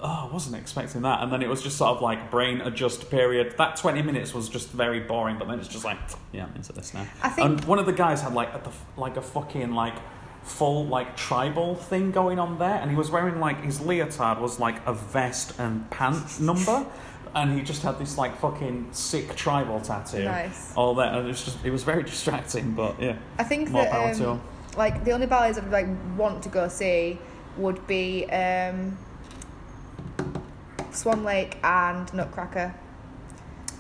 [SPEAKER 2] Oh, I wasn't expecting that, and then it was just sort of like brain adjust period. That twenty minutes was just very boring, but then it's just like, yeah, I'm into this now.
[SPEAKER 3] I think-
[SPEAKER 2] and one of the guys had like a, the f- like a fucking like full like tribal thing going on there, and he was wearing like his leotard was like a vest and
[SPEAKER 3] [LAUGHS]
[SPEAKER 2] pants number, and he just had this like fucking sick tribal tattoo.
[SPEAKER 3] Nice.
[SPEAKER 2] All that, and it was just it was very distracting, but yeah.
[SPEAKER 3] I think
[SPEAKER 2] More power
[SPEAKER 3] that
[SPEAKER 2] to 'em.
[SPEAKER 3] um, like the only ballets I'd like want to go see would be um, Swan Lake and Nutcracker.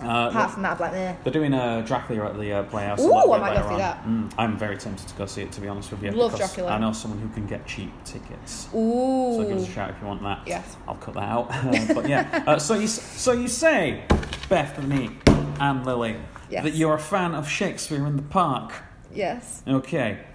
[SPEAKER 2] Uh,
[SPEAKER 3] Apart from that, I'm like, eh.
[SPEAKER 2] They're doing uh, Dracula at the uh, Playhouse. a
[SPEAKER 3] Ooh,
[SPEAKER 2] little
[SPEAKER 3] I
[SPEAKER 2] bit
[SPEAKER 3] might go
[SPEAKER 2] later
[SPEAKER 3] see
[SPEAKER 2] on.
[SPEAKER 3] that.
[SPEAKER 2] Mm, I'm very tempted to go see it, to be honest with you.
[SPEAKER 3] Love
[SPEAKER 2] because
[SPEAKER 3] Dracula.
[SPEAKER 2] I know someone who can get cheap tickets.
[SPEAKER 3] Ooh.
[SPEAKER 2] So give us a shout if you want that.
[SPEAKER 3] Yes.
[SPEAKER 2] I'll cut that out. [LAUGHS] Uh, but yeah, uh, so you s- so you say, Bethany and Lily,
[SPEAKER 3] Yes.
[SPEAKER 2] that you're a fan of Shakespeare in the Park.
[SPEAKER 3] yes.
[SPEAKER 2] Okay.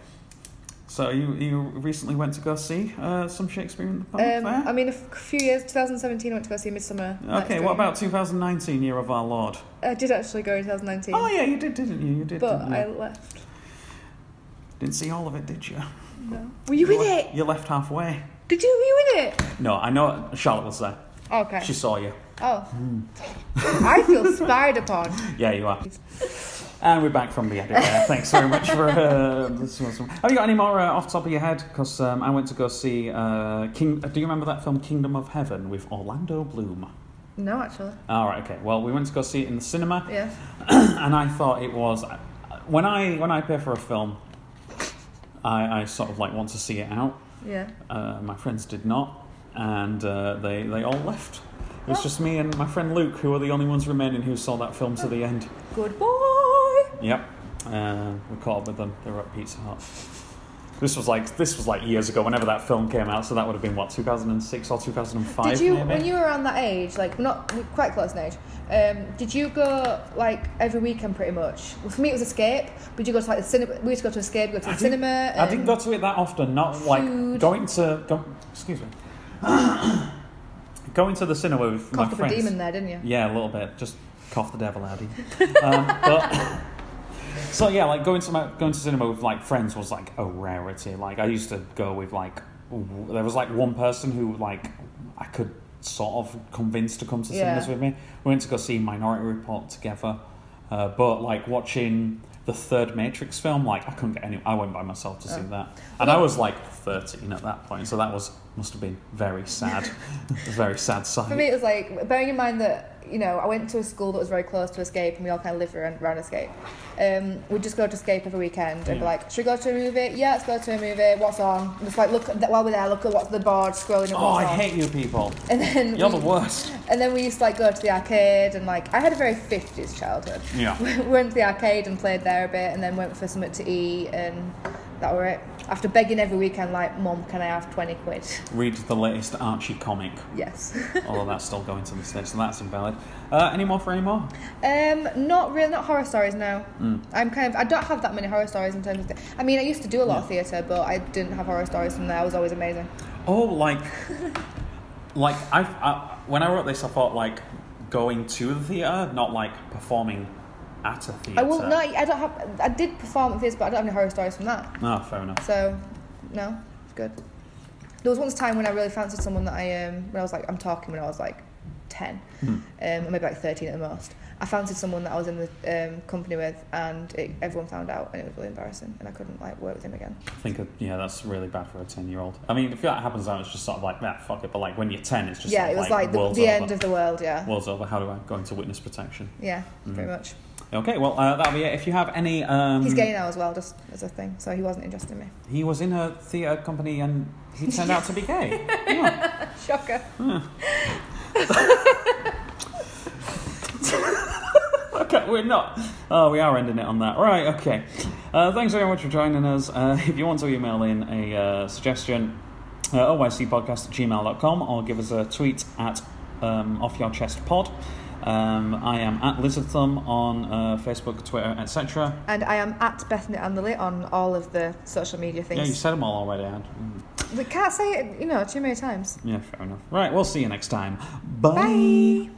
[SPEAKER 2] So you you recently went to go see uh, some Shakespeare in the Park
[SPEAKER 3] Um,
[SPEAKER 2] there?
[SPEAKER 3] I mean, a f- few years. 2017, I went to go see Midsummer. Night's
[SPEAKER 2] okay,
[SPEAKER 3] Dream.
[SPEAKER 2] what about 2019, Year of Our Lord?
[SPEAKER 3] I did actually go in 2019,
[SPEAKER 2] Oh yeah, you did, didn't you? You did.
[SPEAKER 3] but
[SPEAKER 2] didn't, you?
[SPEAKER 3] I left.
[SPEAKER 2] didn't see all of it, did you?
[SPEAKER 3] No. Were you in
[SPEAKER 2] left,
[SPEAKER 3] it?
[SPEAKER 2] You left halfway.
[SPEAKER 3] Did you? Were you in it?
[SPEAKER 2] No, I know Charlotte was there.
[SPEAKER 3] Okay.
[SPEAKER 2] She saw you.
[SPEAKER 3] Oh.
[SPEAKER 2] Hmm.
[SPEAKER 3] I feel
[SPEAKER 2] [LAUGHS]
[SPEAKER 3] spied upon.
[SPEAKER 2] Yeah, you are. And we're back from the edit. there. Thanks very much for uh, this. was- Have you got any more uh, off the top of your head? Because um, I went to go see uh, King. Do you remember that film Kingdom of Heaven with Orlando Bloom?
[SPEAKER 3] No, actually.
[SPEAKER 2] All right. Okay. Well, we went to go see it in the cinema.
[SPEAKER 3] Yeah.
[SPEAKER 2] [CLEARS THROAT] and I thought it was uh, when I when I pay for a film, I, I sort of like want to see it out.
[SPEAKER 3] Yeah.
[SPEAKER 2] Uh, my friends did not, and uh, they they all left. It
[SPEAKER 3] Oh.
[SPEAKER 2] was just me and my friend Luke, who are the only ones remaining who saw that film to the end.
[SPEAKER 3] Good boy.
[SPEAKER 2] Yep, uh, we caught up with them. They were at Pizza Hut. This was like this was like years ago. Whenever that film came out, so that would have been what 2006 or 2005.
[SPEAKER 3] Did you,
[SPEAKER 2] maybe?
[SPEAKER 3] when you were around that age, like not we're quite close in age, um, did you go like every weekend pretty much? Well, for me, it was Escape. But you go to like the cinema. We used to go to Escape, go to the
[SPEAKER 2] I
[SPEAKER 3] cinema.
[SPEAKER 2] Didn't, I didn't
[SPEAKER 3] and-
[SPEAKER 2] go to it that often. Not like
[SPEAKER 3] Food.
[SPEAKER 2] going to go, excuse me, [COUGHS] going to the cinema with my
[SPEAKER 3] Coughed up a
[SPEAKER 2] friends.
[SPEAKER 3] demon there, didn't you?
[SPEAKER 2] Yeah, a little bit. Just cough the devil out of you. um, but, [LAUGHS] so yeah, like going to my, going to cinema with like friends was like a rarity. Like I used to go with like w- there was like one person who like I could sort of convince to come to
[SPEAKER 3] Yeah.
[SPEAKER 2] cinemas with me. We went to go see Minority Report together, uh, but like watching the third Matrix film, like I couldn't get any. I went by myself to see
[SPEAKER 3] Oh.
[SPEAKER 2] that, and I was like thirteen at that point, so that was must have been very
[SPEAKER 3] [LAUGHS]
[SPEAKER 2] sad, a very sad sight.
[SPEAKER 3] For me, it was like bearing in mind that you know I went to a school that was very close to Escape, and we all kind of lived around, around Escape. Um, we'd just go to Escape every weekend and be
[SPEAKER 2] Yeah.
[SPEAKER 3] like, "Should we go to a movie? Yeah, let's go to a movie. What's on?" And just like look at that, while we're there, look at what's the board, scrolling. At
[SPEAKER 2] oh, I
[SPEAKER 3] what's on.
[SPEAKER 2] hate you people.
[SPEAKER 3] [LAUGHS] And then
[SPEAKER 2] You're
[SPEAKER 3] we-
[SPEAKER 2] the worst.
[SPEAKER 3] And then we used to like go to the arcade and like I had a very fifties childhood.
[SPEAKER 2] Yeah.
[SPEAKER 3] [LAUGHS] We went to the arcade and played there a bit, and then went for something to eat, and that were it. After begging every weekend, like, "Mom, can I have twenty quid?" [LAUGHS]
[SPEAKER 2] Read the latest Archie comic.
[SPEAKER 3] Yes.
[SPEAKER 2] Although that's still going to the stage, so that's invalid. Uh, any more for any more?
[SPEAKER 3] um, not really, not horror stories now.
[SPEAKER 2] Hmm.
[SPEAKER 3] I'm kind of I don't have that many horror stories in terms of. The, I mean, I used to do a lot of theatre, but I didn't have horror stories from there. I was always amazing.
[SPEAKER 2] Oh, like, [LAUGHS] like I, I when I wrote this, I thought like going to the theater, not like performing at a theater.
[SPEAKER 3] I will no, I don't have. I did perform at theatre, but I don't have any horror stories from that.
[SPEAKER 2] No, Ah, fair enough.
[SPEAKER 3] So, no, it's good. There was once a time when I really fancied someone that I um when I was like I'm talking when I was like ten,
[SPEAKER 2] Hmm.
[SPEAKER 3] um, or maybe like thirteen at the most. I fancied someone that I was in the um, company with, and it, everyone found out, and it was really embarrassing, and I couldn't like work with him again.
[SPEAKER 2] I think uh, yeah, that's really bad for a ten-year-old. I mean, if that happens now, it's just sort of like that. fuck it. But like when you're ten, it's just
[SPEAKER 3] yeah,
[SPEAKER 2] sort
[SPEAKER 3] it
[SPEAKER 2] of
[SPEAKER 3] was like, the,
[SPEAKER 2] world's
[SPEAKER 3] the
[SPEAKER 2] over.
[SPEAKER 3] end of the world. Yeah,
[SPEAKER 2] world's over. How do I go into witness protection?
[SPEAKER 3] yeah, pretty much.
[SPEAKER 2] Okay, well, uh, that'll be it. If you have any. Um,
[SPEAKER 3] He's gay now as well, just as a thing. So he wasn't interested in me. [LAUGHS]
[SPEAKER 2] He was in a theatre company and he turned out to be gay. [LAUGHS] Yeah.
[SPEAKER 3] Shocker.
[SPEAKER 2] Okay, we're not. Oh, we are ending it on that. Right, okay. Uh, thanks very much for joining us. Uh, [LAUGHS] if you want to email in a uh, suggestion, uh, oycpodcast at gmail.com or give us a tweet at um, off your chest pod. Um, I am at Lizardthumb on uh, Facebook, Twitter, etc.
[SPEAKER 3] And I am at Bethany and Lily on all of the social media
[SPEAKER 2] Yeah, you
[SPEAKER 3] things.
[SPEAKER 2] said them all already. I- mm,
[SPEAKER 3] we can't say it, you know, too many times.
[SPEAKER 2] Yeah, fair enough. Right, we'll see you next time.
[SPEAKER 3] Bye.